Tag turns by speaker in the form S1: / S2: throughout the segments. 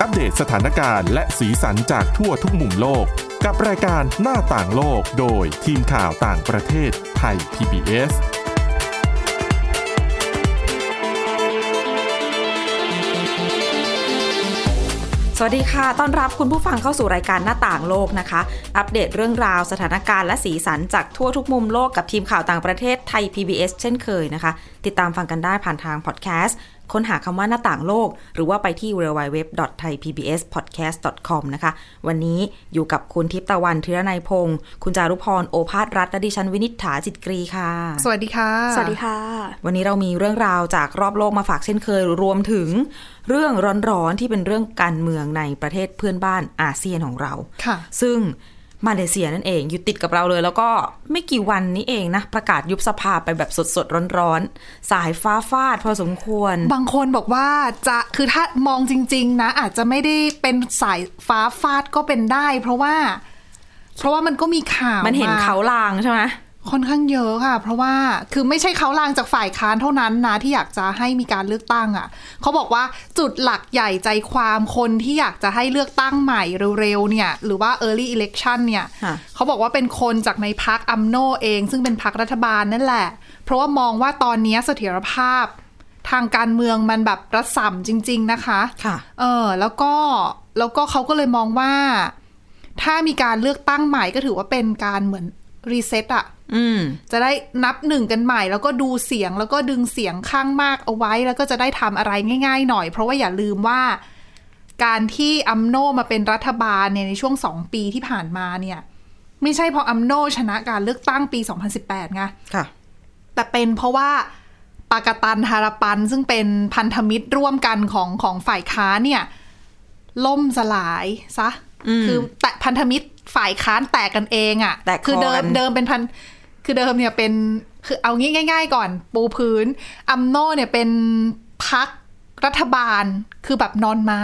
S1: อัปเดตสถานการณ์และสีสันจากทั่วทุกมุมโลก กับรายการหน้าต่างโลกโดยทีมข่าวต่างประเทศไทย PBS
S2: สวัสดีค่ะ ต้อนรับคุณผู้ฟังเข้าสู่รายการหน้าต่างโลกนะคะ อัปเดตเรื่องราวสถานการณ์และสีสันจากทั่วทุกมุมโลกกับทีมข่าวต่างประเทศไทย PBS เช่นเคยนะคะ ติดตามฟังกันได้ผ่านทางพอดแคสต์ ค้นหาคำว่าหน้าต่างโลก หรือว่าไปที่ www.thaipbspodcast.com นะคะ วันนี้อยู่กับคุณทิพย์ตะวันธีรนัยพงศ์ คุณจารุพร โอภาสรัฐ และดิฉันวินิษฐาจิตกรีค่ะ
S3: สวัสดีค่ะ
S4: สวัสดีค่ะ
S2: วันนี้เรามีเรื่องราวจากรอบโลกมาฝากเช่นเคย รวมถึง เรื่องร้อนๆที่เป็นเรื่องการเมืองในประเทศเพื่อนบ้านอาเซียนของเรา
S3: ค่ะ
S2: ซึ่งมาเลเซียนั่นเองอยู่ติดกับเราเลย แล้วก็ไม่กี่วันนี้เองนะ ประกาศยุบสภาไปแบบสดๆ ร้อนๆ สายฟ้าฟาดพอสมควร
S3: บางคนบอกว่าจะคือถ้ามองจริง ๆ นะ อาจจะไม่ได้เป็นสายฟ้าฟาดก็เป็นได้ เพราะว่า เพราะว่ามันก็มีข่าว
S2: มันเห็นเขา
S3: ม
S2: ลางใช่ไหมา
S3: ค่อนข้างเยอะค่ะ เพราะว่าคือไม่ใช่เขาลางจากฝ่ายค้านเท่านั้นนะที่อยากจะให้มีการเลือกตั้งอ่ะเขาบอกว่าจุดหลักใหญ่ใจความคนที่อยากจะให้เลือกตั้งใหม่เร็วๆเนี่ย หรือว่า early election เนี่ย
S2: ค่ะ
S3: เขาบอกว่าเป็นคนจากในพักอัมโนเอง ซึ่งเป็นพักรัฐบาลนั่นแหละ เพราะว่ามองว่าตอนนี้เสถียรภาพ ทางการเมืองมันแบบระส่ำจริง ๆ นะคะ
S2: ค่ะ
S3: เออแล้วก็แล้วก็เขาก็เลยมองว่า ถ้ามีการเลือกตั้งใหม่ก็ถือว่าเป็นการเหมือนรีเซ็ตอะ
S2: อืม
S3: จะได้นับหนึ่งกันใหม่ แล้วก็ดูเสียงแล้วก็ดึงเสียงข้างมากเอาไว้ แล้วก็จะได้ทำอะไรง่าย ๆ หน่อย เพราะว่าอย่าลืมว่า การที่อัมโนมาเป็นรัฐบาลเนี่ยในช่วง 2 ปีที่ผ่านมาเนี่ย ไม่ใช่เพราะอัมโนชนะการเลือกตั้งปี 2018 ไง
S2: ค่ะ
S3: แต่เป็นเพราะว่าปากตันฮาราปันซึ่งเป็นพันธมิตรร่วมกันของของฝ่ายค้านเนี่ยล่มสลายซะคือแต่พันธมิตรฝ่ายค้านแตกกันเองอะ่ะ
S2: แตก
S3: คือ
S2: คอ
S3: เดิม
S2: กัน
S3: เดิมเป็นพันคือเดิมเนี่ยเป็นคือเอางี้ง่าย ๆ ก่อน ปูพื้นอัมโนเนี่ยเป็นพักรัฐบาลคือแบบนอนมา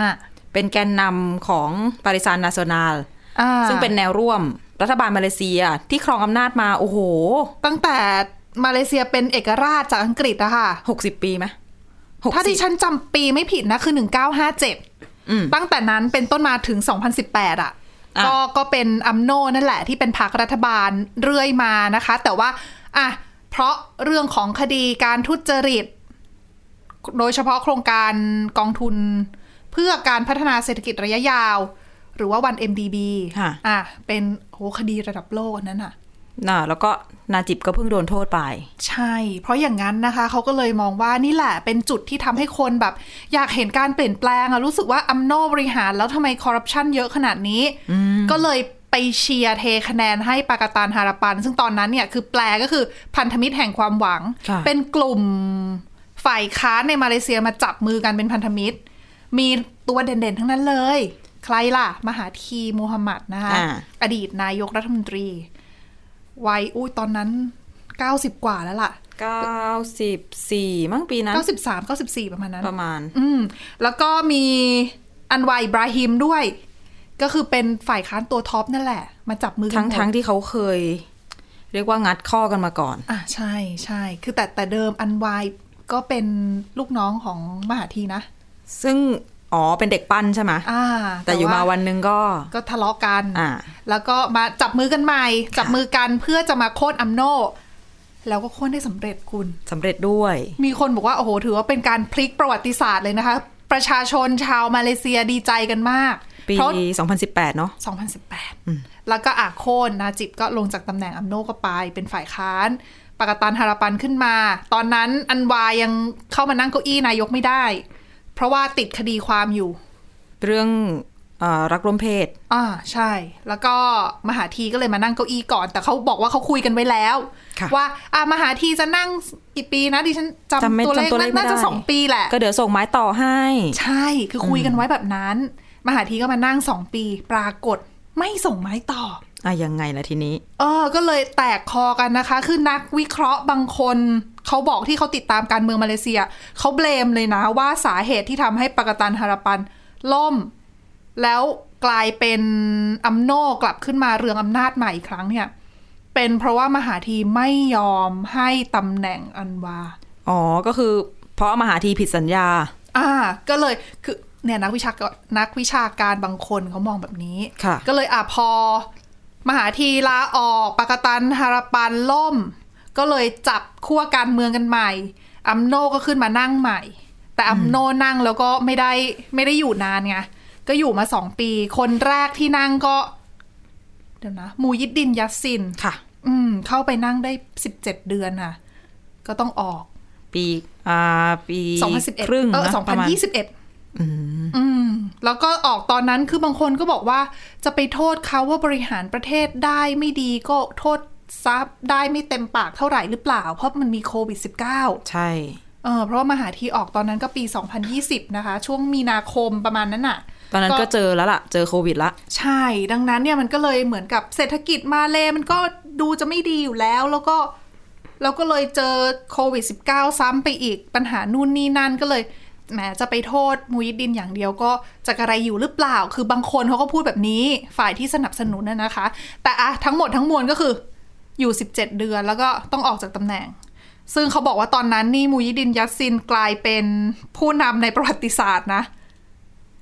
S2: เป็นแกนนำของปาริซานนาซนาล
S3: อ่า
S2: ซึ่งเป็นแนวร่วมรัฐบาลมาเลเซียที่ครองอำนาจมาโอ้โห
S3: ตั้งแต่มาเลเซียเป็นเอกราชจากอังกฤษอะค่ะ
S2: 60 ปีไหมหก
S3: ถ้า
S2: สิ
S3: ดิ
S2: บ
S3: ฉันจำปีไม่ผิดนะคือ
S2: อืม
S3: 1957 ตั้งแต่นั้นเป็นต้นมาถึง 2018 อ่ะ
S2: อ่ะ
S3: ก็ก็เป็นอัมโนนั่นแหละที่เป็นพรรครัฐบาลเรื่อยมานะคะ แต่ว่าอ่ะเพราะเรื่องของคดีการทุจริต โดยเฉพาะโครงการกองทุนเพื่อการพัฒนาเศรษฐกิจระยะยาว หรือว่าวัน MDB
S2: ค่ะ
S3: อ่ะเป็นโอ้โหคดีระดับโลกอันนั้นอ่ะ
S2: น่ะแล้วก็นาจิบก็เพิ่งโดนโทษไป
S3: ใช่ เพราะอย่างนั้นนะคะ เขาก็เลยมองว่านี่แหละเป็นจุดที่ทำให้คนแบบ อยากเห็นการเปลี่ยนแปลงอะรู้สึกว่าอัมโนบริหารแล้วทำไมคอร์รัปชันเยอะขนาดนี้ ก็เลยไปเชียร์เทคะแนนให้ปากาตานฮาราปัน ซึ่งตอนนั้นเนี่ยคือแปลก็คือพันธมิตรแห่งความหวัง
S2: ค่ะ
S3: เป็นกลุ่มฝ่ายค้านในมาเลเซียมาจับมือกันเป็นพันธมิตร มีตัวเด่นๆ ทั้งนั้นเลย ใครล่ะ มหาธีมูฮัมหมัดนะคะ
S2: อ่า
S3: อดีตนายกรัฐมนตรี วัยอุ้ยตอนนั้น 90 กว่าแล้วล่ะ
S2: 94 มั้งปีนั้น
S3: 93 94 ประมาณนั้น
S2: ประมาณ
S3: อืม แล้วก็มีอันวัยอิบราฮิมด้วย ก็คือเป็นฝ่ายค้านตัวท็อปนั่นแหละ มาจับมือกั
S2: ทั้ง
S3: นหมด
S2: ทั้งที่เขาเคย เรียกว่างัดข้อกันมาก่อน
S3: อ่ะใช่ใช่คือแต่แต่เดิมอันวัยก็เป็นลูกน้องของมหาธีนะ
S2: ซึ่ง อ๋อ เป็นเด็กปั้นใช่ไหม
S3: อ่า
S2: แต่อยู่มาวันหนึงก็
S3: ก็ทะเลาะกัน
S2: อ่า
S3: แล้วก็มาจับมือกันใหม่
S2: ะ
S3: จับมือกันเพื่อจะมาโค่นอัมโน แล้วก็โค่นได้สำเร็จคุณ
S2: สำเร็จด้วย
S3: มีคนบอกว่า โอ้โห ถือว่าเป็นการพลิกประวัติศาสตร์เลยนะคะ ประชาชนชาวมาเลเซียดีใจกันมาก
S2: ปี
S3: เพราะ
S2: 2018 เนาะ
S3: 2018 แล้วก็อาโคนนาจิบก็ลงจากตำแหน่งอัมโนก็ไป เป็นฝ่ายค้านปากาตันฮาราปันขึ้นมา ตอนนั้นอันวายังเข้ามานั่งเก้าอี้นายกไม่ได้ เพราะว่าติดคดีความอยู่
S2: เรื่องเอ่อรักร่วมเพศ
S3: อ่าใช่ แล้วก็มหาทีก็เลยมานั่งเก้าอี้ก่อน แต่เขาบอกว่าเขาคุยกันไว้แล้ว
S2: ค่ะ
S3: ว่าอ่ามหาทีจะนั่งกี่ปีนะดิฉันจำ
S2: จำไม่
S3: ตัวเลข
S2: จำตัวเลขไม่
S3: น่า
S2: ได้
S3: จะสองปีแหละ
S2: ก็เดี๋ยวส่งไม้ต่อให้
S3: ใช่คือคุยกันไว้แบบนั้น มหาทีก็มานั่งสองปี ปรากฏไม่ส่งไม้ต่อ
S2: อ่ะยังไงล่ะทีนี้
S3: เออ ก็เลยแตกคอกันนะคะ คือนักวิเคราะห์บางคน เขาบอกที่เขาติดตามการเมืองมาเลเซีย เขาเบลมเลยนะว่าสาเหตุที่ทำให้ปากตันฮาราปัน ล่ม แล้วกลายเป็นอัมโนกลับขึ้นมาเรืองอำนาจใหม่อีกครั้งเนี่ย เป็นเพราะว่ามหาธีไม่ยอมให้ตำแหน่งอันวา
S2: อ๋อ ก็คือเพราะมหาทีผิดสัญญา
S3: อ่า ก็เลยคือ เนี่ยนักวิชาการนักวิชาการบางคนเขามองแบบนี้
S2: ค่ะ
S3: ก็เลยอ่ะพอ มหาธีลาออกปากตันฮาราปันล่ม ก็เลยจับขั้วการเมืองกันใหม่อัมโนก็ขึ้นมานั่งใหม่ แต่อัมโนนั่งแล้วก็ไม่ได้ไม่ได้อยู่นานไงก็อยู่มาสองปี คนแรกที่นั่งก็เดี๋ยวนะมูยิดดินยัสซิน
S2: ค่ะ
S3: อืม เข้าไปนั่งได้สิบเจ็ดเดือนน่ะ ก็ต้องออก
S2: ปีอ่าปี
S3: สองพันสิบเอ็ด
S2: ครึ่ง
S3: เออ
S2: นะ
S3: สอง
S2: ป
S3: พัน
S2: ระมาณ
S3: ยี่สิบเอ็ด
S2: อืม
S3: อืม แล้วก็ออกตอนนั้นคือบางคนก็บอกว่า จะไปโทษเขาว่าบริหารประเทศได้ไม่ดีก็โทษทรัพย์ได้ไม่เต็มปากเท่าไหร่หรือเปล่า เพราะมันมีโควิด -19 เ
S2: ใช่
S3: ออเพราะว่ามหาทีออกตอนนั้นก็ปี 2020 นะคะ ช่วงมีนาคมประมาณนั้นน่ะ
S2: ตอนนั้น
S3: ก็
S2: ก็เจอแล้วล่ะ เจอโควิดละ
S3: ใช่ดังนั้นเนี่ยมันก็เลยเหมือนกับเศรษฐกิจมาเลมันก็ดูจะไม่ดีอยู่แล้วแล้วก็แล้วก็เลยเจอโควิด -19 ซ้ำไปอีกปัญหานู่นนี่นั่นก็เลยแหมจะไปโทษมูยิดดินอย่างเดียวก็จะกระไรอยู่หรือเปล่า คือบางคนเขาก็พูดแบบนี้ฝ่ายที่สนับสนุนนะนะคะ แต่อะทั้งหมดทั้งมวลก็คืออยู่ 17 เดือนแล้วก็ต้องออกจากตำแหน่ง ซึ่งเขาบอกว่าตอนนั้นนี่มูยิดดินยัสซินกลายเป็นผู้นำในประวัติศาสตร์นะ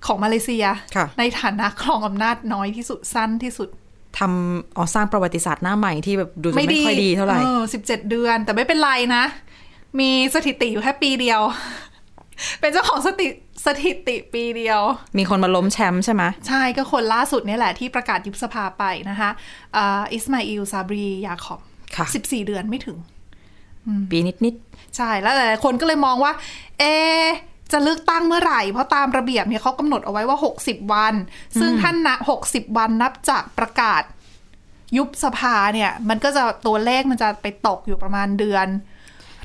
S3: ของมาเลเซีย
S2: ค่ะ
S3: ในฐานะ ครองอำนาจน้อยที่สุดสั้นที่สุด
S2: ทำอ๋อสร้างประวัติศาสตร์หน้าใหม่ที่แบบดูจะไม่ค่อยดีเท่าไหร่
S3: ออสิบเจ็ดเดือน แต่ไม่เป็นไรนะ มีสถิติอยู่แค่ปีเดียว เป็นเจ้าของสถิสถิติปีเดียว
S2: มีคนมาล้มแชมป์ใช่ไหม
S3: ใช่ก็คนล่าสุดเนี่ยแหละที่ประกาศยุบสภาไปนะคะเอ่ออิสมาอิลซาบรียาคอบ
S2: ค่ะ
S3: สิบสี่เดือนไม่ถึง
S2: ปีนิด
S3: ใช่แล้วหลายๆคนก็เลยมองว่า เอะจะเลือกตั้งเมื่อไหร่ เพราะตามระเบียบเนี่ยเขากำหนดเอาไว้ว่า 60 วัน ซึ่งท่านนะ60 วันนับจากประกาศยุบสภาเนี่ย มันก็จะตัวเลขมันจะไปตกอยู่ประมาณเดือน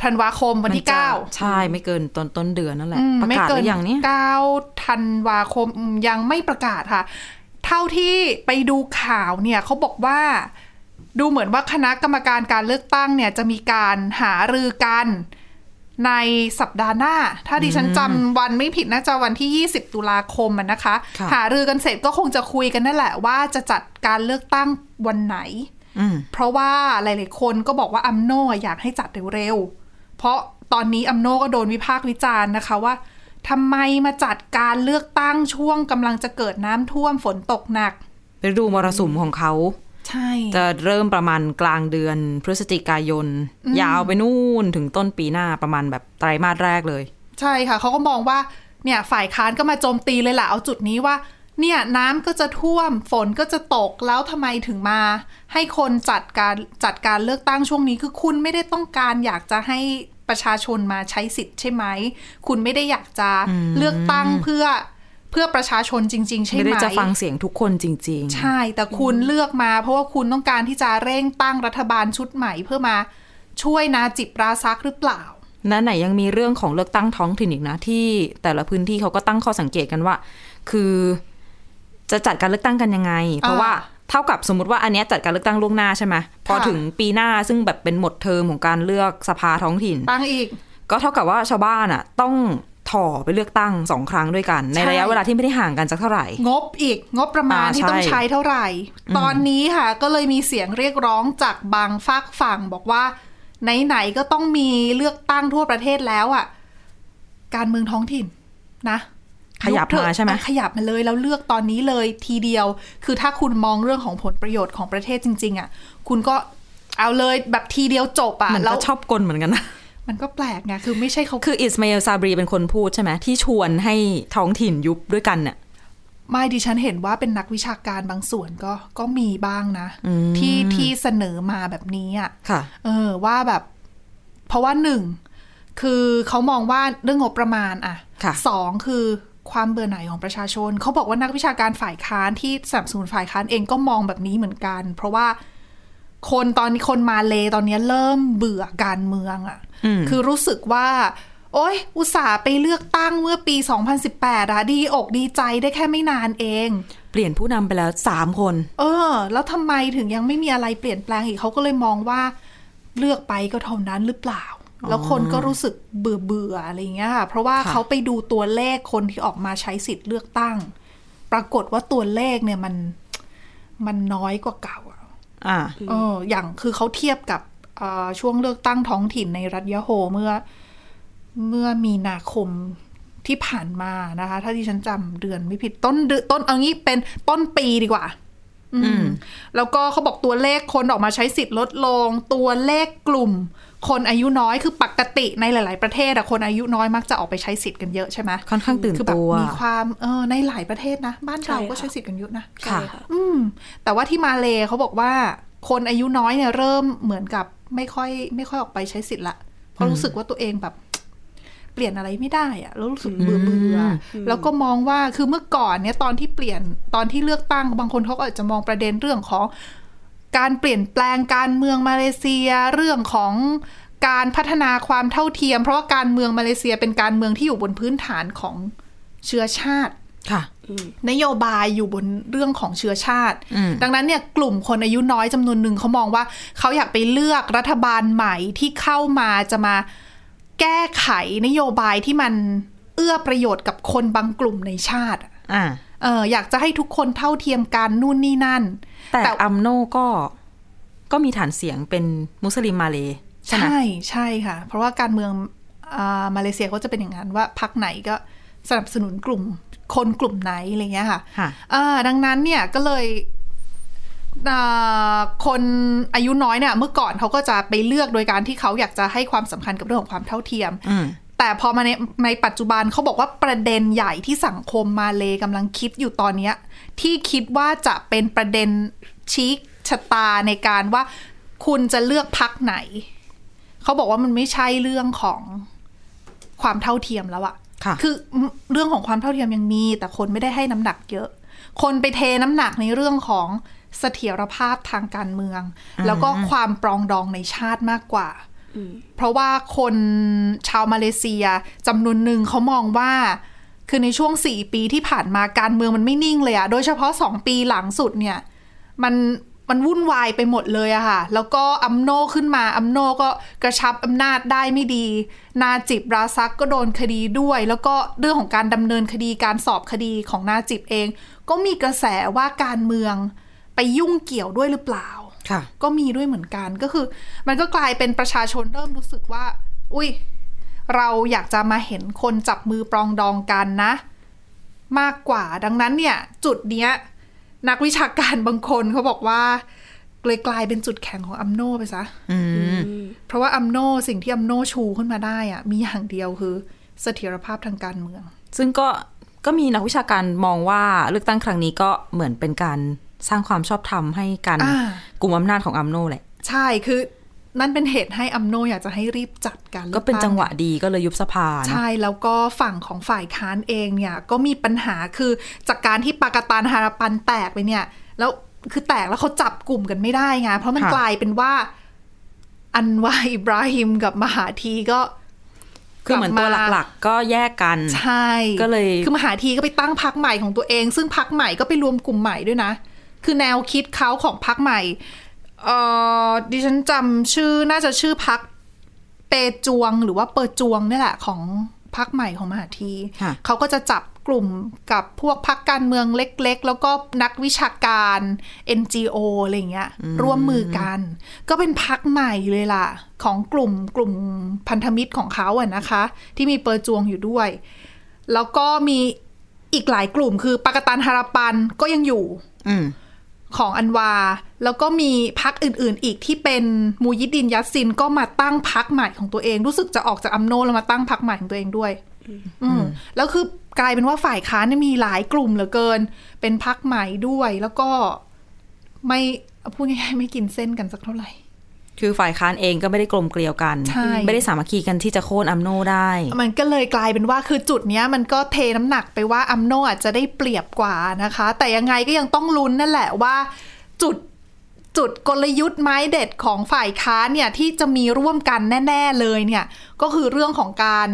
S3: ธันวาคม
S2: ๆ
S3: วันที่
S2: มัจะ
S3: 9
S2: ใช่ ไม่เกินต้นต้นเดือนนั่นแหละ
S3: อืม
S2: ประกาศหรือยังเนี่ย
S3: เก้าธันวาคมอืมยังไม่ประกาศค่ะ เท่าที่ไปดูข่าวเนี่ยเขาบอกว่า ดูเหมือนว่าคณะกรรมการการเลือกตั้งเนี่ยจะมีการหารือกันในสัปดาห์หน้า ถ้าดิฉันจำวันไม่ผิดน่าจะวันที่ 20 ตุลาคมอะนะคะ
S2: ค่ะ
S3: หารือกันเสร็จก็คงจะคุยกันนั่นแหละว่าจะจัดการเลือกตั้งวันไหน
S2: อืม
S3: เพราะว่าหลายๆ คนก็บอกว่าอัมโนอยากให้จัดเร็วๆ เพราะตอนนี้อัมโนก็โดนวิพากษ์วิจารณ์นะคะว่าทำไมมาจัดการเลือกตั้งช่วงกำลังจะเกิดน้ำท่วมฝนตกหนัก
S2: ฤดูมรสุมของเขา
S3: ใช่
S2: จะเริ่มประมาณกลางเดือนพฤศจิกายน ยาวไปนู่นถึงต้นปีหน้าประมาณแบบไตรมาสแรกเลย
S3: ใช่ค่ะเขาก็มองว่าเนี่ยฝ่ายค้านก็มาโจมตีเลยล่ะเอาจุดนี้ว่า เนี่ยน้ำก็จะท่วมฝนก็จะตกแล้วทำไมถึงมา ให้คนจัดการจัดการเลือกตั้งช่วงนี้คือคุณไม่ได้ต้องการอยากจะให้ประชาชนมาใช้สิทธิ์ใช่ไหม คุณไม่ได้อยากจะเลือกตั้งเพื่อเพื่อประชาชนจริง ๆ ใช่ไหม
S2: ไม่ได้จะฟังเสียงทุกคนจริง ๆ
S3: ใช่แต่คุณเลือกมาเพราะว่าคุณต้องการที่จะเร่งตั้งรัฐบาลชุดใหม่เพื่อมาช่วยนาจิบราซักหรือเปล่า
S2: นั้นไหนยังมีเรื่องของเลือกตั้งท้องถิ่นอีกนะ ที่แต่ละพื้นที่เขาก็ตั้งข้อสังเกตกันว่า คือจะจัดการเลือกตั้งกันยังไง เพราะ
S3: อ่า
S2: ว่าเท่ากับสมมติว่าอันเนี้ยจัดการเลือกตั้งล่วงหน้าใช่ไหมพอ
S3: ค่ะ
S2: ถึงปีหน้าซึ่งแบบเป็นหมดเทอมของการเลือกสภาท้องถิ่น
S3: ตั้งอีก
S2: ก็เท่ากับว่าชาวบ้านอ่ะ ต้องถ่อไปเลือกตั้งสองครั้งด้วยกัน ใน
S3: ใช่
S2: ระยะเวลาที่ไม่ได้ห่างกันสักเท่าไหร่
S3: งบอีกงบประมาณ
S2: อ่า
S3: ที่ต้อง
S2: ใช่
S3: ใช้เท่าไหร่ ตอนนี้ค่ะ ก็เลยมีเสียงเรียกร้องจากบางฝากฝั่งบอกว่า ไหนๆก็ต้องมีเลือกตั้งทั่วประเทศแล้วอ่ะการเมืองท้องถิ่นนะ
S2: ขยับ
S3: เถอะ
S2: มาใช่ไหม
S3: อ่ะขยับมาเลยแล้วเลือกตอนนี้เลยทีเดียว คือถ้าคุณมองเรื่องของผลประโยชน์ของประเทศจริง ๆ อ่ะ คุณก็เอาเลยแบบทีเดียวจบอ่ะ
S2: มัน
S3: แล้ว
S2: ก็ชอบกลเหมือนกันนะ
S3: มันก็แปลกไงคือไม่ใช่เขา
S2: คืออิสมาเอลซาบรีเป็นคนพูดใช่ไหมที่ชวนให้ท้องถิ่นยุบด้วยกันเนี่ย
S3: ไม่ดิฉันเห็นว่าเป็นนักวิชาการบางส่วนก็ก็มีบ้างนะ ที่ที่เสนอมาแบบนี้อ่ะ
S2: ค่ะ
S3: เออว่าแบบ เพราะว่าหนึ่ง คือเขามองว่าเรื่องงบประมาณอ่ะ
S2: ค่ะ
S3: สองคือความเบื่อหน่ายของประชาชน เขาบอกว่านักวิชาการฝ่ายค้านที่สนับสนุนฝ่ายค้านเองก็มองแบบนี้เหมือนกัน เพราะว่าคนตอนนี้คนมาเลตอนนี้เริ่มเบื่อการเมืองอ่ะ คือรู้สึกว่า โอ๊ย อุตส่าห์ไปเลือกตั้งเมื่อปี 2018อะดีอกดีใจได้แค่ไม่นานเอง
S2: เปลี่ยนผู้นำไปแล้วสามคน
S3: เออ แล้วทำไมถึงยังไม่มีอะไรเปลี่ยนแปลงอีกเขาก็เลยมองว่า เลือกไปก็เท่านั้นหรือเปล่า แล้วคนก็รู้สึกเบื่อเบื่อๆอะไรอย่างเงี้ยค่ะเพราะว่า
S2: ค่ะ
S3: เขาไปดูตัวเลขคนที่ออกมาใช้สิทธิ์เลือกตั้ง ปรากฏว่าตัวเลขเนี่ยมันมันน้อยกว่าเก่าอะ
S2: อ่า
S3: เอออย่างคือเขาเทียบกับเอ่อช่วงเลือกตั้งท้องถิ่นในรัฐยะโฮเมื่อเมื่อมีนาคม ที่ผ่านมานะคะ ถ้าที่ฉันจำเดือนไม่ผิดต้นเดือนต้นเอางี้เป็นต้นปีดีกว่า อืม แล้วก็เขาบอกตัวเลขคนออกมาใช้สิทธิ์ลดลง ตัวเลขกลุ่ม คนอายุน้อยคือปกติในหลาย ๆ ประเทศอะคนอายุน้อยมักจะออกไปใช้สิทธิ์กันเยอะใช่ไหม
S2: ค่อนข้างตื่น
S3: คือแบบ
S2: ตัว
S3: มีความเออในหลายประเทศนะ บ้านเราก็ใช้สิทธิ์กันเยอะนะ
S2: ค่ะ
S4: ใช่ค่ะ
S3: อืมแต่ว่าที่มาเลเขาบอกว่า คนอายุน้อยเนี่ยเริ่มเหมือนกับไม่ค่อยไม่ค่อยออกไปใช้สิทธิ์ละเพราะรู้สึกว่าตัวเองแบบ เปลี่ยนอะไรไม่ได้อะแล้วรู้สึกเบื่อเบื่ออะแล้วก็มองว่าคือเมื่อก่อนเนี่ยตอนที่เปลี่ยนตอนที่เลือกตั้งบางคนเขาก็อาจจะมองประเด็นเรื่องของ การเปลี่ยนแปลงการเมืองมาเลเซียเรื่องของการพัฒนาความเท่าเทียม เพราะว่าการเมืองมาเลเซียเป็นการเมืองที่อยู่บนพื้นฐานของเชื้อชาติ
S2: ค่ะ
S3: นโยบายอยู่บนเรื่องของเชื้อชาติ
S2: อืม
S3: ดังนั้นเนี่ยกลุ่มคนอายุน้อยจำนวนหนึ่งเขามองว่า เขาอยากไปเลือกรัฐบาลใหม่ที่เข้ามาจะมาแก้ไขนโยบายที่มันเอื้อประโยชน์กับคนบางกลุ่มในชาติอะ
S2: อ่า
S3: เอออยากจะให้ทุกคนเท่าเทียมกันนู่นนี่นั่น
S2: แต่
S3: แต่
S2: อัมโนก็ก็มีฐานเสียงเป็นมุสลิมมาเลย์ใช่ไหม
S3: ใช่ใช่ค่ะ เพราะว่าการเมืองอามาเลเซียเขาจะเป็นอย่างนั้นว่าพักไหนก็สนับสนุนกลุ่มคนกลุ่มไหนอะไรเงี้ยค่ะ
S2: ค่ะ
S3: อ่าดังนั้นเนี่ยก็เลยอ่าคนอายุน้อยเนี่ยเมื่อก่อนเขาก็จะไปเลือกโดยการที่เขาอยากจะให้ความสำคัญกับเรื่องของความเท่าเทียม
S2: อืม
S3: แต่พอมาในในปัจจุบันเขาบอกว่าประเด็นใหญ่ที่สังคมมาเลกำลังคิดอยู่ตอนเนี้ยที่คิดว่าจะเป็นประเด็นชี้ชะตาในการว่าคุณจะเลือกพักไหน เขาบอกว่ามันไม่ใช่เรื่องของความเท่าเทียมแล้วอะ
S2: ค่ะ
S3: คือเรื่องของความเท่าเทียมยังมี แต่คนไม่ได้ให้น้ำหนักเยอะ คนไปเทน้ำหนักในเรื่องของเสถียรภาพทางการเมือง แล้วก็ความปรองดองในชาติมากกว่า เพราะว่าคนชาวมาเลเซียจำนวนหนึ่งเขามองว่า คือในช่วง 4 ปีที่ผ่านมาการเมืองมันไม่นิ่งเลยอะโดยเฉพาะ 2 ปีหลังสุดเนี่ย มันมันวุ่นวายไปหมดเลยอะค่ะ แล้วก็อัมโนขึ้นมาอัมโนก็กระชับอำนาจได้ไม่ดี นาจิบราซักก็โดนคดีด้วย แล้วก็เรื่องของการดำเนินคดีการสอบคดีของนาจิบเอง ก็มีกระแสว่าการเมืองไปยุ่งเกี่ยวด้วยหรือเปล่า
S2: ค่ะ
S3: ก็มีด้วยเหมือนกันก็คือ มันก็กลายเป็นประชาชนเริ่มรู้สึกว่า อุ้ยเราอยากจะมาเห็นคนจับมือปรองดองกันนะ มากกว่าดังนั้นเนี่ย จุดเนี้ย นักวิชาการบางคนเขาบอกว่าเลยกลายเป็นจุดแข็งของอัมโนไปซะ
S2: อืม
S3: เพราะว่าอัมโนสิ่งที่อัมโนชูขึ้นมาได้อะมีอย่างเดียวคือเสถียรภาพทางการเมือง
S2: ซึ่งก็ก็มีนักวิชาการมองว่าเลือกตั้งครั้งนี้ก็เหมือนเป็นการสร้างความชอบธรรมให้กัน
S3: อ่า
S2: กลุ่มอำนาจของอัมโนแหละ
S3: ใช่คือนั่นเป็นเหตุให้อัมโนอยากจะให้รีบจัดการลือ
S2: ก็เป็น
S3: ตั้
S2: จังหวะดีก็เลยยุบสภาเนอะ
S3: ใช่แล้วก็ฝั่งของฝ่ายค้านเองเนี่ยก็มีปัญหาคือจากการที่ปากตานฮาราปันแตกไปเนี่ย แล้วคือแตกแล้วเขาจับกลุ่มกันไม่ได้ไงเพราะมันกลายเป็นว่าอันวาอิบราฮิมกับมหาธีก็
S2: คือเหมือนตัวหลักๆ ก็แยกกัน
S3: ใช่
S2: ก็เลย
S3: คือมหาธีก็ไปตั้งพักใหม่ของตัวเอง ซึ่งพักใหม่ก็ไปรวมกลุ่มใหม่ด้วยนะ คือแนวคิดเขาของพักใหม่เออดิฉันจำชื่อน่าจะชื่อพัก เปจวงหรือว่าเปอจวงเนี่ยแหละของพักใหม่ของมหาธี
S2: ค่ะ
S3: เขาก็จะจับกลุ่มกับพวกพักการเมืองเล็กๆ แล้วก็นักวิชาการ NGO อะไรอย่างเงี้ยร่วมมือกัน ก็เป็นพักใหม่เลยล่ะ ของกลุ่มกลุ่มพันธมิตรของเขาอะนะคะ ที่มีเปอจวงอยู่ด้วย แล้วก็มีอีกหลายกลุ่มคือปากตันฮาราปันก็ยังอยู่
S2: อืม
S3: ของอันวา แล้วก็มีพักอื่นๆ อีกที่เป็นมูยิดดินยัสซินก็มาตั้งพักใหม่ของตัวเอง รู้สึกจะออกจากอัมโนแล้วมาตั้งพักใหม่ของตัวเองด้วย อืมแล้วคือกลายเป็นว่าฝ่ายค้านเนี่ยมีหลายกลุ่มเหลือเกิน เป็นพักใหม่ด้วยแล้วก็ไม่พูดง่ายๆไม่กินเส้นกันสักเท่าไหร่
S2: คือฝ่ายค้านเองก็ไม่ได้กลมเกลียวกัน
S3: ใช่
S2: ไม่ได้สามัคคีกันที่จะโค่นอัมโนได้
S3: มันก็เลยกลายเป็นว่าคือจุดเนี้ยมันก็เทน้ำหนักไปว่าอัมโนอาจจะได้เปรียบกว่านะคะ แต่ยังไงก็ยังต้องลุ้นนั่นแหละว่าจุดจุดกลยุทธ์ไม้เด็ดของฝ่ายค้านเนี่ยที่จะมีร่วมกันแน่ ๆเลยเนี่ย ก็คือเรื่องของการ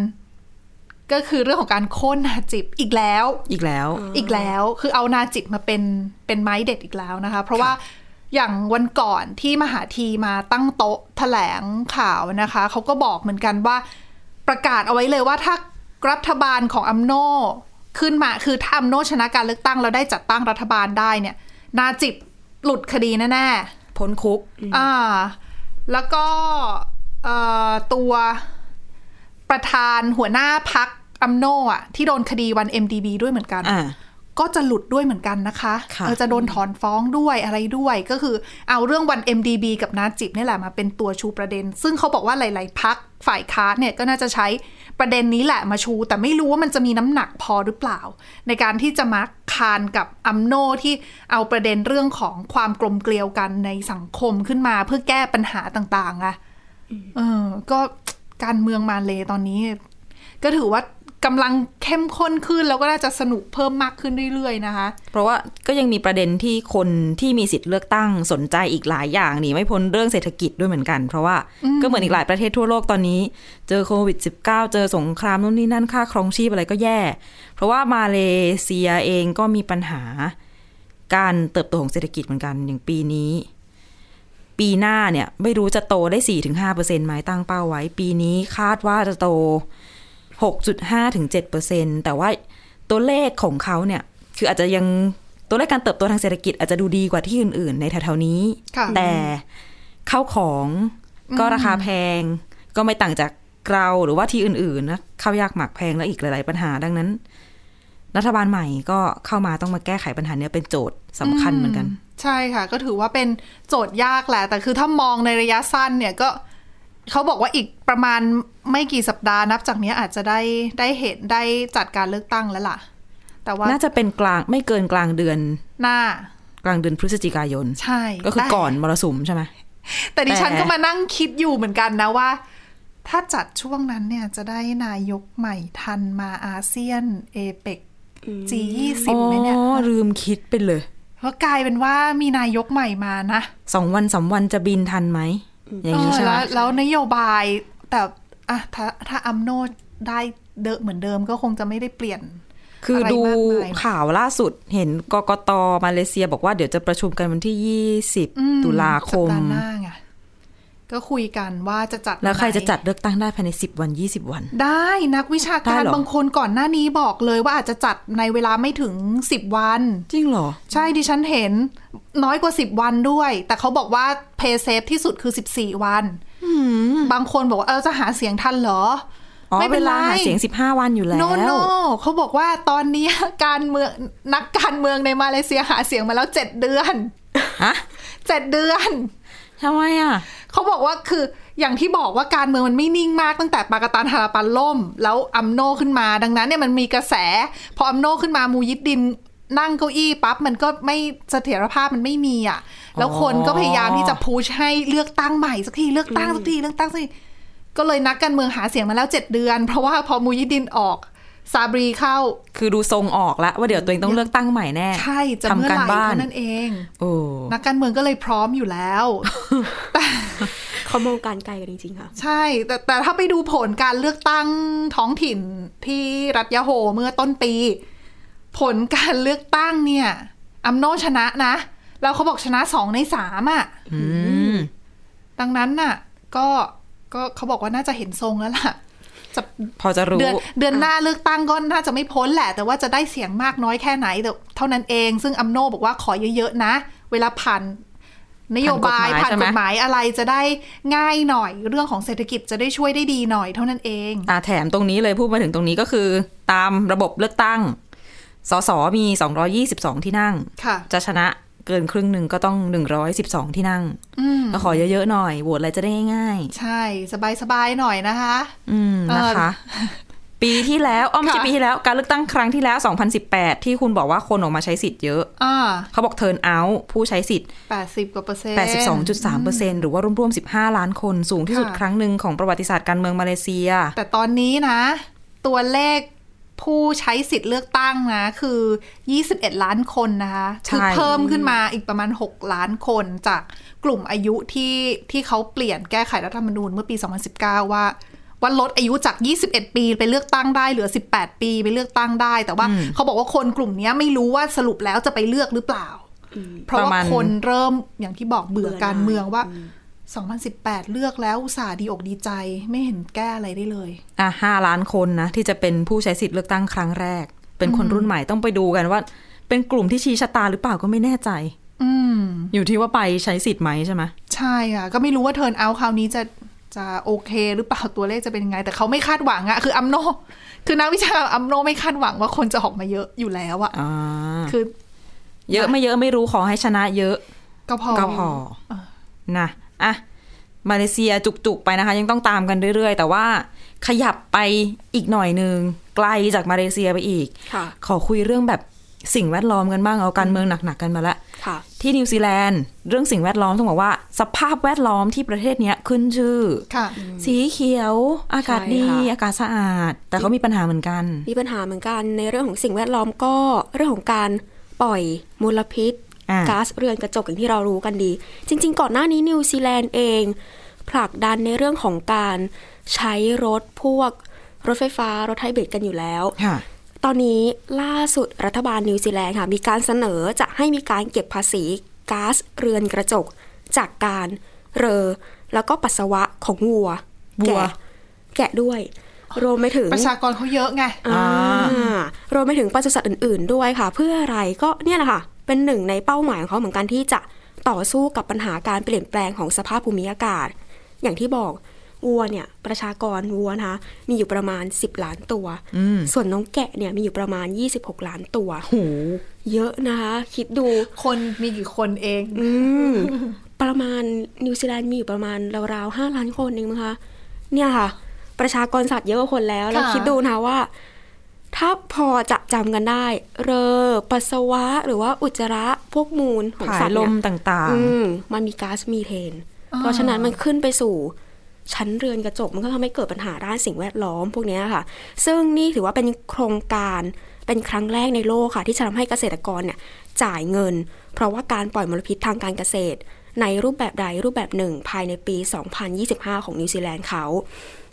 S3: ก็คือเรื่องของการโค่นนาจิบอีกแล้ว
S2: อีกแล้ว
S3: อีกแล้วคือเอานาจิบมาเป็นเป็นไม้เด็ดอีกแล้วนะคะ เพราะว่าอย่างวันก่อนที่มหาธีมาตั้งโต๊ะแถลงข่าวนะคะ เขาก็บอกเหมือนกันว่าประกาศเอาไว้เลยว่าถ้ารัฐบาลของอัมโนขึ้นมาคือถ้าอัมโนชนะการเลือกตั้งแล้วได้จัดตั้งรัฐบาลได้เนี่ย นาจิบหลุดคดีแน่ๆ
S2: พ้นคุก
S3: อ่าแล้วก็เอ่อตัวประธานหัวหน้าพัก อัมโนอ่ะที่โดนคดีวัน MDB ด้วยเหมือนกัน
S2: อ่า
S3: ก็จะหลุดด้วยเหมือนกันนะคะ
S2: ค่ะ
S3: เออจะโดนถอนฟ้องด้วยอะไรด้วยก็คือเอาเรื่องวัน MDB กับนาจิบนี่แหละมาเป็นตัวชูประเด็น ซึ่งเขาบอกว่าหลาย ๆ พักฝ่ายค้านเนี่ยก็น่าจะใช้ประเด็นนี้แหละมาชู แต่ไม่รู้ว่ามันจะมีน้ำหนักพอหรือเปล่า ในการที่จะมาคานกับอัมโนที่เอาประเด็นเรื่องของความกลมเกลียวกันในสังคมขึ้นมาเพื่อแก้ปัญหาต่าง ๆอะเออก็การเมืองมาเลยตอนนี้ ก็ถือว่ากำลังเข้มข้นขึ้นแล้วก็น่าจะสนุกเพิ่มมากขึ้นเรื่อยๆนะคะ
S2: เพราะว่าก็ยังมีประเด็นที่คนที่มีสิทธิ์เลือกตั้งสนใจอีกหลายอย่างหนี่ไม่พ้นเรื่องเศรษฐกิจด้วยเหมือนกัน เพราะว่าก็เหมือนอีกหลายประเทศทั่วโลกตอนนี้ เจอโควิด -19 เจอสงครามนู่นนี่นั่นค่าครองชีพอะไรก็แย่ เพราะว่ามาเลเซียเองก็มีปัญหาการเติบโตของเศรษฐกิจเหมือนกันอย่างปีนี้ ปีหน้าเนี่ยไม่รู้จะโตได้ 4-5%ไหมตั้งเป้าไว้ ปีนี้คาดว่าจะโต 6.5ถึง7%แต่ว่าตัวเลขของเขาเนี่ย คืออาจจะยังตัวเลขการเติบโตทางเศรษฐกิจอาจจะดูดีกว่าที่อื่น ๆ ในแถวๆนี้
S3: ค่ะ
S2: แต่ข้าวของก็ราคาแพง ก็ไม่ต่างจากเราหรือว่าที่อื่น ๆ นะข้าวยากหมากแพงแล้วอีกหลาย ๆ ปัญหาดังนั้น รัฐบาลใหม่ก็เข้ามาต้องมาแก้ไขปัญหาเนี้ยเป็นโจทย์สำคัญเหมือนกัน
S3: ใช่ค่ะ ก็ถือว่าเป็นโจทย์ยากแหละ แต่คือถ้ามองในระยะสั้นเนี่ยก็เขาบอกว่าอีกประมาณไม่กี่สัปดาห์นับจากเนี้ยอาจจะได้ได้เห็นได้จัดการเลือกตั้งแล้วล่ะ แต่ว่า
S2: น่าจะเป็นกลางไม่เกินกลางเดือน
S3: หน้าก
S2: ลางเดือนพฤศจิกายน
S3: ใช่
S2: ก็คือ
S3: แต่
S2: ก่อนมรสุมใช่ไหม
S3: แต่ดิฉัน
S2: แต่
S3: ก็มานั่งคิดอยู่เหมือนกันนะว่า ถ้าจัดช่วงนั้นเนี่ยจะได้นายกใหม่ทันมาอาเซียนเอเปก G20 ไหมเนี่ย
S2: อ๋อลืมคิดไปเลย
S3: เพราะกลายเป็นว่ามีนายกใหม่มานะ
S2: สองวันสามวันจะบินทันไหม อย่างนี้
S3: เออ
S2: ใช่ไหม
S3: แล้วแล้วนโยบายแต่อะถ้าถ้าอัมโนได้เดมเหมือนเดิมก็คงจะไม่ได้เปลี่ยน
S2: คือดู
S3: อะไรมากมาย
S2: ข่าวล่าสุดเห็นกกตมาเลเซียบอกว่าเดี๋ยวจะประชุมกันวันที่
S3: อืม
S2: 20 ตุลาคม
S3: สัปดห์หน้าไงก็คุยกันว่าจะจัด
S2: แล้วใคร
S3: วันไหน
S2: จะจัดเลือกตั้งได้ภายใน 10 วัน 20 วัน
S3: ได้นักวิชาการ
S2: ได้เหรอ
S3: บางคนก่อนหน้านี้บอกเลยว่าอาจจะจัดในเวลาไม่ถึง 10 วัน
S2: จริงเหรอ
S3: ใช่ดิฉันเห็นน้อยกว่า 10 วันด้วย แต่เขาบอกว่าเพย์เซฟที่สุดคือ 14 วันบางคนบอกว่าเออจะหาเสียงทันเหรอ
S2: อ๋อ
S3: ไม่
S2: เว
S3: เป็นไร
S2: ลาหาเสียง 15 วันอยู่แล้ว
S3: โนโนเขาบอกว่าตอนนี้ การเมืองนักการเมืองในมาเลเซียหาเสียงมาแล้วเจ็ดเดือน
S2: ฮะ
S3: เจ็ดเดือน
S2: ทำไมอ่ะ
S3: เขาบอกว่าคืออย่างที่บอกว่าการเมืองมันไม่นิ่งมากตั้งแต่ปากาตันฮาราปันล่ม แล้วอัมโนขึ้นมา ดังนั้นเนี่ยมันมีกระแส พออัมโนขึ้นมามูยิดดินนั่งเก้าอี้ปั๊บมันก็ไม่เสถียรภาพมันไม่มีอ่ะ แล้วคนก็พยายามที่จะพุชให้เลือกตั้งใหม่สักทีเลือกตั้งสักทีเลือกตั้งสักทีก็เลยนักการเมืองหาเสียงมาแล้วเจ็ดเดือน เพราะว่าพอมูยิดดินออกซาบรีเข้า
S2: คือดูทรงออกแล้วว่าเดี๋ยวตัวเองต้องเลือกตั้งใหม่แน่
S3: ใช่จะ
S2: ทำ
S3: เมื่อ
S2: การ
S3: ไหร่
S2: บ้าน
S3: เท่านั้นเอง
S2: โอ้
S3: นักการเมืองก็เลยพร้อมอยู่แล้ว แต่
S4: เขามองการไกลกันจริงๆค่ะ
S3: ใช่ แต่แต่ถ้าไปดูผลการเลือกตั้งท้องถิ่นที่รัฐยะโฮเมื่อต้นปี ผลการเลือกตั้งเนี่ยอัมโนชนะนะ แล้วเขาบอกชนะสองในสามอ่ะ
S2: อืม
S3: ดังนั้นน่ะ ก็ก็เขาบอกว่าน่าจะเห็นทรงแล้วล่ะจะ
S2: พอจะรู้
S3: เดือนเดือนหน้าเลือกตั้งก็น่าจะไม่พ้นแหละ แต่ว่าจะได้เสียงมากน้อยแค่ไหนแต่เท่านั้นเองซึ่งอัมโนบอกว่าขอเยอะ ๆ นะ เวลาผ่านนโยบาย
S2: ผ่า
S3: ผ่าน น
S2: กฎหมายใช่ไหม
S3: กฎหมายอะไรจะได้ง่ายหน่อย เรื่องของเศรษฐกิจจะได้ช่วยได้ดีหน่อยเท่านั้นเอง
S2: อ่าแถมตรงนี้เลยพูดมาถึงตรงนี้ก็คือ ตามระบบเลือกตั้ง สสมี 222 ที่นั่ง
S3: ค่ะ
S2: จะชนะเกินครึ่งหนึ่งก็ต้อง 112 ที่นั่ง
S3: อืม
S2: ก็ขอเยอะๆหน่อย โหวตอะไรจะได้ง่าย
S3: ใช่สบายๆหน่อยนะคะ
S2: ๆอืมนะคะ ปีที่แล้วอ้อมไม่ใช่
S3: ค่ะ
S2: ปีที่แล้ว การเลือกตั้งครั้งที่แล้ว 2018 ที่คุณบอกว่าคนออกมาใช้สิทธิ์เยอะ
S3: อ่า
S2: เขาบอกเทิร์นเอาท์ผู้ใช้สิทธิ์
S3: แปดสิบกว่าเปอร์เซ็นต์
S2: 82.3%หรือว่าร่วมๆ 15 ล้านคนสูงที่สุด
S3: ค่ะ
S2: ครั้งหนึ่งของประวัติศาสตร์การเมืองมาเลเซีย
S3: แต่ตอนนี้นะ ตัวเลขผู้ใช้สิทธิ์เลือกตั้งนะ คือ 21 ล้านคนนะคะ
S2: ใช่
S3: คือเพิ่มขึ้นมาอีกประมาณ 6 ล้านคนจากกลุ่มอายุที่ที่เขาเปลี่ยนแก้ไขรัฐธรรมนูญเมื่อปี 2019 ว่าว่าลดอายุจาก 21 ปีไปเลือกตั้งได้เหลือ 18 ปีไปเลือกตั้งได้ แต่ว่าเขาบอกว่าคนกลุ่มเนี้ยไม่รู้ว่าสรุปแล้วจะไปเลือกหรือเปล่า เพราะ
S2: ประ
S3: ว่า
S2: มาณ
S3: คนเริ่มอย่างที่บอกเบื่อ
S4: เบื่อ
S3: การ
S4: หน่าย
S3: เมืองว่า 2018 เลือกแล้วอุตส่าห์ดีอกดีใจ ไม่เห็นแก้อะไรได้เลย
S2: อ่ะห้าล้านคนนะ ที่จะเป็นผู้ใช้สิทธิ์เลือกตั้งครั้งแรก เป็นคนรุ่นใหม่ต้องไปดูกันว่า เป็นกลุ่มที่ชี้ชะตาหรือเปล่าก็ไม่แน่ใจ
S3: อืม
S2: อยู่ที่ว่าไปใช้สิทธิ์ไหมใช่ไหม
S3: ใช่ค่ะ ก็ไม่รู้ว่าเทิร์นเอาท์คราวนี้จะ จะโอเคหรือเปล่าตัวเลขจะเป็นยังไง แต่เขาไม่คาดหวังอะคืออัมโน คือนักวิชาการอัมโนไม่คาดหวังว่าคนจะออกมาเยอะอยู่แล้วอะ
S2: อ่า
S3: คือ
S2: เยอะไม่เยอะไม่รู้ขอให้ชนะเยอะ
S3: ก็พอ
S2: ก็พอนะอ่ะมาเลเซียจุกๆไปนะคะ ยังต้องตามกันเรื่อยๆ แต่ว่าขยับไปอีกหน่อยหนึ่งไกลจากมาเลเซียไปอีก
S4: ค่ะ
S2: ขอคุยเรื่องแบบสิ่งแวดล้อมกันบ้างเอาการเมืองหนักๆกันมาละ
S4: ค่ะ
S2: ที่นิวซีแลนด์เรื่องสิ่งแวดล้อมต้องบอกว่า สภาพแวดล้อมที่ประเทศเนี้ยขึ้นชื่อ
S3: ค่ะ
S2: สีเขียว อากาศดี
S4: ใช่ค่ะ
S2: อากาศสะอาด แต่เขามีปัญหาเหมือนกัน
S4: มีปัญหาเหมือนกันในเรื่องของสิ่งแวดล้อมก็เรื่องของการปล่อยมลพิษ
S2: อ่า
S4: ก๊าซเรือนกระจกอย่างที่เรารู้กันดี จริง ๆ ก่อนหน้านี้นิวซีแลนด์เอง ผลักดันในเรื่องของการใช้รถพวกรถไฟฟ้ารถไฮบริดกันอยู่แล้ว
S2: ค่ะ
S4: ตอนนี้ล่าสุดรัฐบาลนิวซีแลนด์ค่ะ มีการเสนอจะให้มีการเก็บภาษีก๊าซเรือนกระจก จากการเรอ แล้วก็ปัสสาวะของวัว
S2: วัว
S4: แกะแกะด้วย รวมไปถึง
S3: ประชากรเขาเยอะไง
S4: อ่ารวมไปถึงปศุสัตว์อื่น ๆ ด้วยค่ะ เพื่ออะไรก็เนี่ยแหละค่ะ เป็นหนึ่งในเป้าหมายของเขาเหมือนกันที่จะต่อสู้กับปัญหาการเปลี่ยนแปลงของสภาพภูมิอากาศ อย่างที่บอกวัวเนี่ยประชากรวัวนะคะมีอยู่ประมาณ 10 ล้านตัว
S2: อืม
S4: ส่วนน้องแกะเนี่ยมีอยู่ประมาณ 26 ล้านตัว
S2: โหู
S4: เยอะนะคะคิดดู
S3: คนมีกี่คนเอง
S4: อืม ประมาณนิวซีแลนด์มีอยู่ประมาณราวๆห้าล้านคนเองมั้งคะเนี่ยค่ะ ประชากรสัตว์เยอะกว่าคนแล้ว แล้ว
S3: ค่ะ
S4: คิดดูนะว่า ถ้าพอจะจำกันได้ เรอ ปัสสาวะ หรือว่าอุจจาระพวกมูลของ
S2: ผา
S4: สัต
S2: ย
S4: ว์
S2: ล
S4: เนี่ย
S2: มต่าง
S4: อืมมันมีก๊าซมีเทน
S3: อ่า
S4: เพราะฉะนั้นมันขึ้นไปสู่ ชั้นเรือนกระจกมันก็ทำให้เกิดปัญหาด้านสิ่งแวดล้อมพวกเนี้ยค่ะ ซึ่งนี่ถือว่าเป็นโครงการเป็นครั้งแรกในโลกค่ะ ที่จะทำให้เกษตรกรเนี่ยจ่ายเงิน เพราะว่าการปล่อยมลพิษทางการเกษตร ในรูปแบบใดรูปแบบหนึ่ง ภายในปี 2025 ของนิวซีแลนด์เขา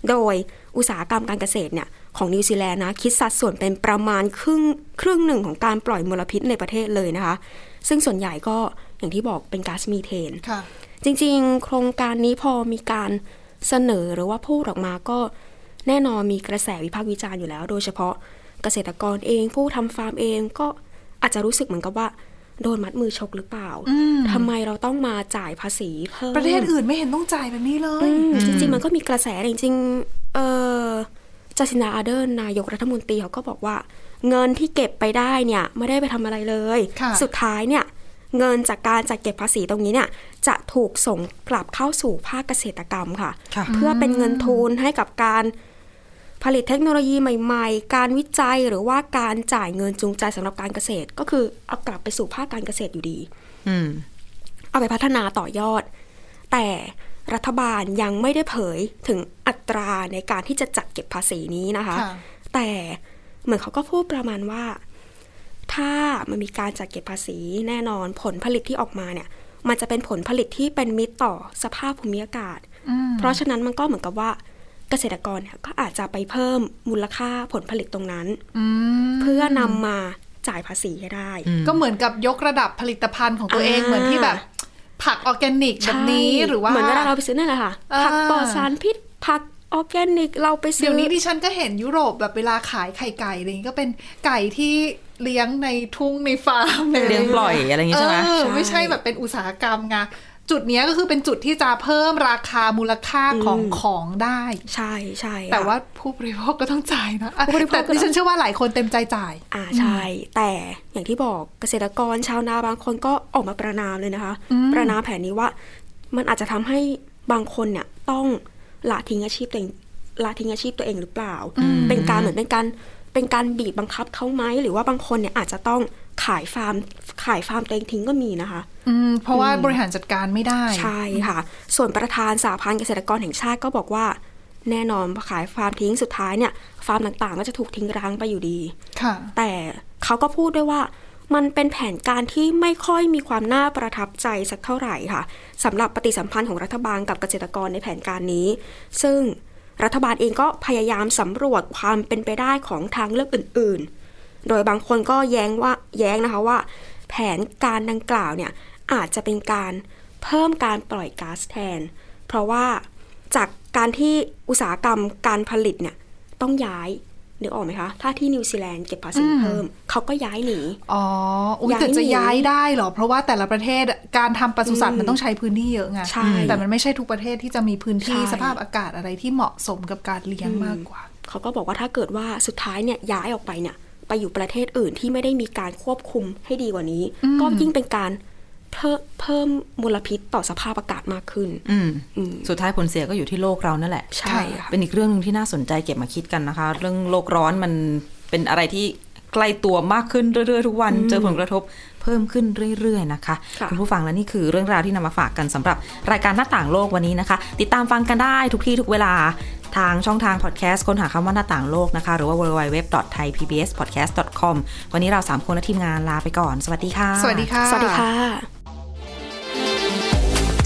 S4: โดยอุตสาหกรรมการเกษตรเนี่ยของนิวซีแลนด์นะคิดสัดส่วนเป็นประมาณครึ่งครึ่งหนึ่งของการปล่อยมลพิษในประเทศเลยนะคะ ซึ่งส่วนใหญ่ก็อย่างที่บอกเป็นก๊าซมีเทน
S3: ค่ะ
S4: จริงๆ โครงการนี้พอมีการเสนอหรือว่าพูดออกมาก็แน่นอนมีกระแสวิพากษ์วิจารณ์อยู่แล้ว โดยเฉพาะเกษตรกรเองผู้ทำฟาร์มเองก็อาจจะรู้สึกเหมือนกับว่า โดนมัดมือชกหรือเปล่าทำไมเราต้องมาจ่ายภาษีเพิ่ม
S3: ประเทศอื่นไม่เห็นต้องจ่ายแบบนี้เลย
S4: อืมจริงๆ มันก็มีกระแสจริงๆเออจัสินดาอาร์เดอร์นายกรัฐมนตรีเขาก็บอกว่า เงินที่เก็บไปได้เนี่ยไม่ได้ไปทำอะไรเลย
S3: ค่ะ
S4: สุดท้ายเนี่ยเงินจากการจัดเก็บภาษีตรงนี้เนี่ยจะถูกส่งกลับเข้าสู่ภาคเกษตรกรรมค่ะ
S2: ๆ ค่ะ
S4: เพื่อเป็นเงินทุนให้กับการผลิตเทคโนโลยีใหม่ๆ การวิจัยหรือว่าการจ่ายเงินจูงใจสำหรับการเกษตร ก็คือเอากลับไปสู่ภาคการเกษตรอยู่ดี
S2: อืม
S4: เอาไปพัฒนาต่อยอด แต่รัฐบาลยังไม่ได้เผยถึงอัตราในการที่จะจัดเก็บภาษีนี้นะคะ
S3: ค่ะ
S4: แต่เหมือนเขาก็พูดประมาณว่า ถ้ามันมีการจัดเก็บภาษีแน่นอนผลผลิตที่ออกมาเนี่ย มันจะเป็นผลผลิตที่เป็นมิตรต่อสภาพภูมิอากาศ
S3: อืม
S4: เพราะฉะนั้นมันก็เหมือนกับว่าเกษตรกรเนี่ยก็อาจจะไปเพิ่มมูลค่าผลผลิตตรงนั้น
S3: อืม
S4: เพื่อนำมาจ่ายภาษีให้ได้
S3: ก็เหมือนกับยกระดับผลิตภัณฑ์ของตัวเอง
S4: อ่า
S3: เหมือนที่แบบ ผักออร์แกนิกแบบนี้
S4: ใช่
S3: หรือว่า
S4: เหมือนเวลาเราไปซื้อนั่นแหละค่ะ
S3: อ่า
S4: ผักปลอดสารพิษผักออร์แกนิกเราไปซื้
S3: เดี๋
S4: อ
S3: ยวนี้ดิฉันก็เห็นยุโรปแบบเวลาขายไข่ไก่อะไรอย่างงี้ก็เป็นไก่ที่เลี้ยงในทุ่งในฟาร์มใน
S2: เลี้ยงปล่อยอะไรอย่างงี้ใช่ไหม
S3: เออไม่ใช่แบบเป็นอุตสาหกรรมไงจุดเนี้ยก็คือเป็นจุดที่จะเพิ่มราคามูลค่าของของได้
S4: ใช่ใช่ค่ะ
S3: แต่ว่าผู้บริโภคก็ต้องจ่ายนะอ่ะ
S4: ผู้บริโภ
S3: แต่
S4: คก็
S3: ดิ
S4: ต้
S3: ฉั
S4: อนง
S3: เชื่อว่าหลายคนเต็มใจจ่าย
S4: อ่าใช่ แต่อย่างที่บอกเกษตรกรชาวนาบางคนก็ออกมาประนามเลยนะคะ ประนามแผนนี้ว่า มันอาจจะทำให้บางคนเนี่ยต้องละทิ้งอาชีพตัวเองละทิ้งอาชีพตัวเองหรือเปล่า เป็นการเหมือนเป็นการเป็นการบีบบังคับเขาไหมหรือว่าบางคนเนี่ยอาจจะต้องขายฟาร์มขายฟาร์มตัวเองทิ้งก็มีนะคะ
S3: อืมเพราะว่าบริหารจัดการไม่ได้
S4: ใช่ค่ะ ส่วนประธานสาพันธ์เกษตรกรแห่งชาติก็บอกว่า แน่นอนพอขายฟาร์มทิ้งสุดท้ายเนี่ย ฟาร์มต่างๆ ก็จะถูกทิ้งร้างไปอยู่ดี
S3: ค่ะ
S4: แต่เขาก็พูดด้วยว่ามันเป็นแผนการที่ไม่ค่อยมีความน่าประทับใจสักเท่าไหร่ค่ะสำหรับปฏิสัมพันธ์ของรัฐบาลกับเกษตรกรในแผนการนี้ ซึ่งรัฐบาลเองก็พยายามสำรวจความเป็นไปได้ของทางเลือกอื่นๆ โดยบางคนก็แย้งว่าแย้งนะคะว่า แผนการดังกล่าวเนี่ยอาจจะเป็นการเพิ่มการปล่อยก๊าซแทน เพราะว่าจากการที่อุตสาหกรรมการผลิตเนี่ยต้องย้าย นึกออกไหมคะ ถ้าที่นิวซีแลนด์เก็บภาษีเพิ่ม เขาก็ย้ายหนี
S3: อ๋ออุ้ย
S4: ย้าย
S3: แต่จะ
S4: หนี
S3: ย้ายได้เหรอ เพราะว่าแต่ละประเทศการทำปศุสัตว์มันต้องใช้พื้นที่เยอะไง
S4: ใช่
S3: แต่มันไม่ใช่ทุกประเทศที่จะมีพื้นที่
S4: ใช่
S3: สภาพอากาศอะไรที่เหมาะสมกับการเลี้ยงมากกว่า
S4: เขาก็บอกว่าถ้าเกิดว่าสุดท้ายเนี่ยย้ายออกไปเนี่ยไปอยู่ประเทศอื่นที่ไม่ได้มีการควบคุมให้ดีกว่านี้ ก็ยิ่งเป็นการเพิ่มเพิ่มมลพิษต่อสภาพอากาศมากขึ้น
S2: อืม
S4: อืม
S2: สุดท้ายผลเสียก็อยู่ที่โลกเรานั่นแหละ
S4: ใช่ค่ะ
S2: เป็นอีกเรื่องหนึ่งที่น่าสนใจเก็บมาคิดกันนะคะ เรื่องโลกร้อนมันเป็นอะไรที่ใกล้ตัวมากขึ้นเรื่อยๆทุกวัน เจอผลกระทบเพิ่มขึ้นเรื่อยๆนะคะ
S4: ค่ะ
S2: ณผู้ฟังและนี่คือเรื่องราวที่นำมาฝากกันสำหรับรายการหน้าต่างโลกวันนี้นะคะ ติดตามฟังกันได้ทุกที่ทุกเวลาทางช่องทางพอดแคสต์ค้นหาคำว่าหน้าต่างโลกนะคะ หรือว่า www.thaipbspodcast.com วันนี้เราสามคนและทีมงานลาไปก่อน สวัสดีค่ะ
S3: สวัสดีค่ะ
S4: สวัสดีค่ะ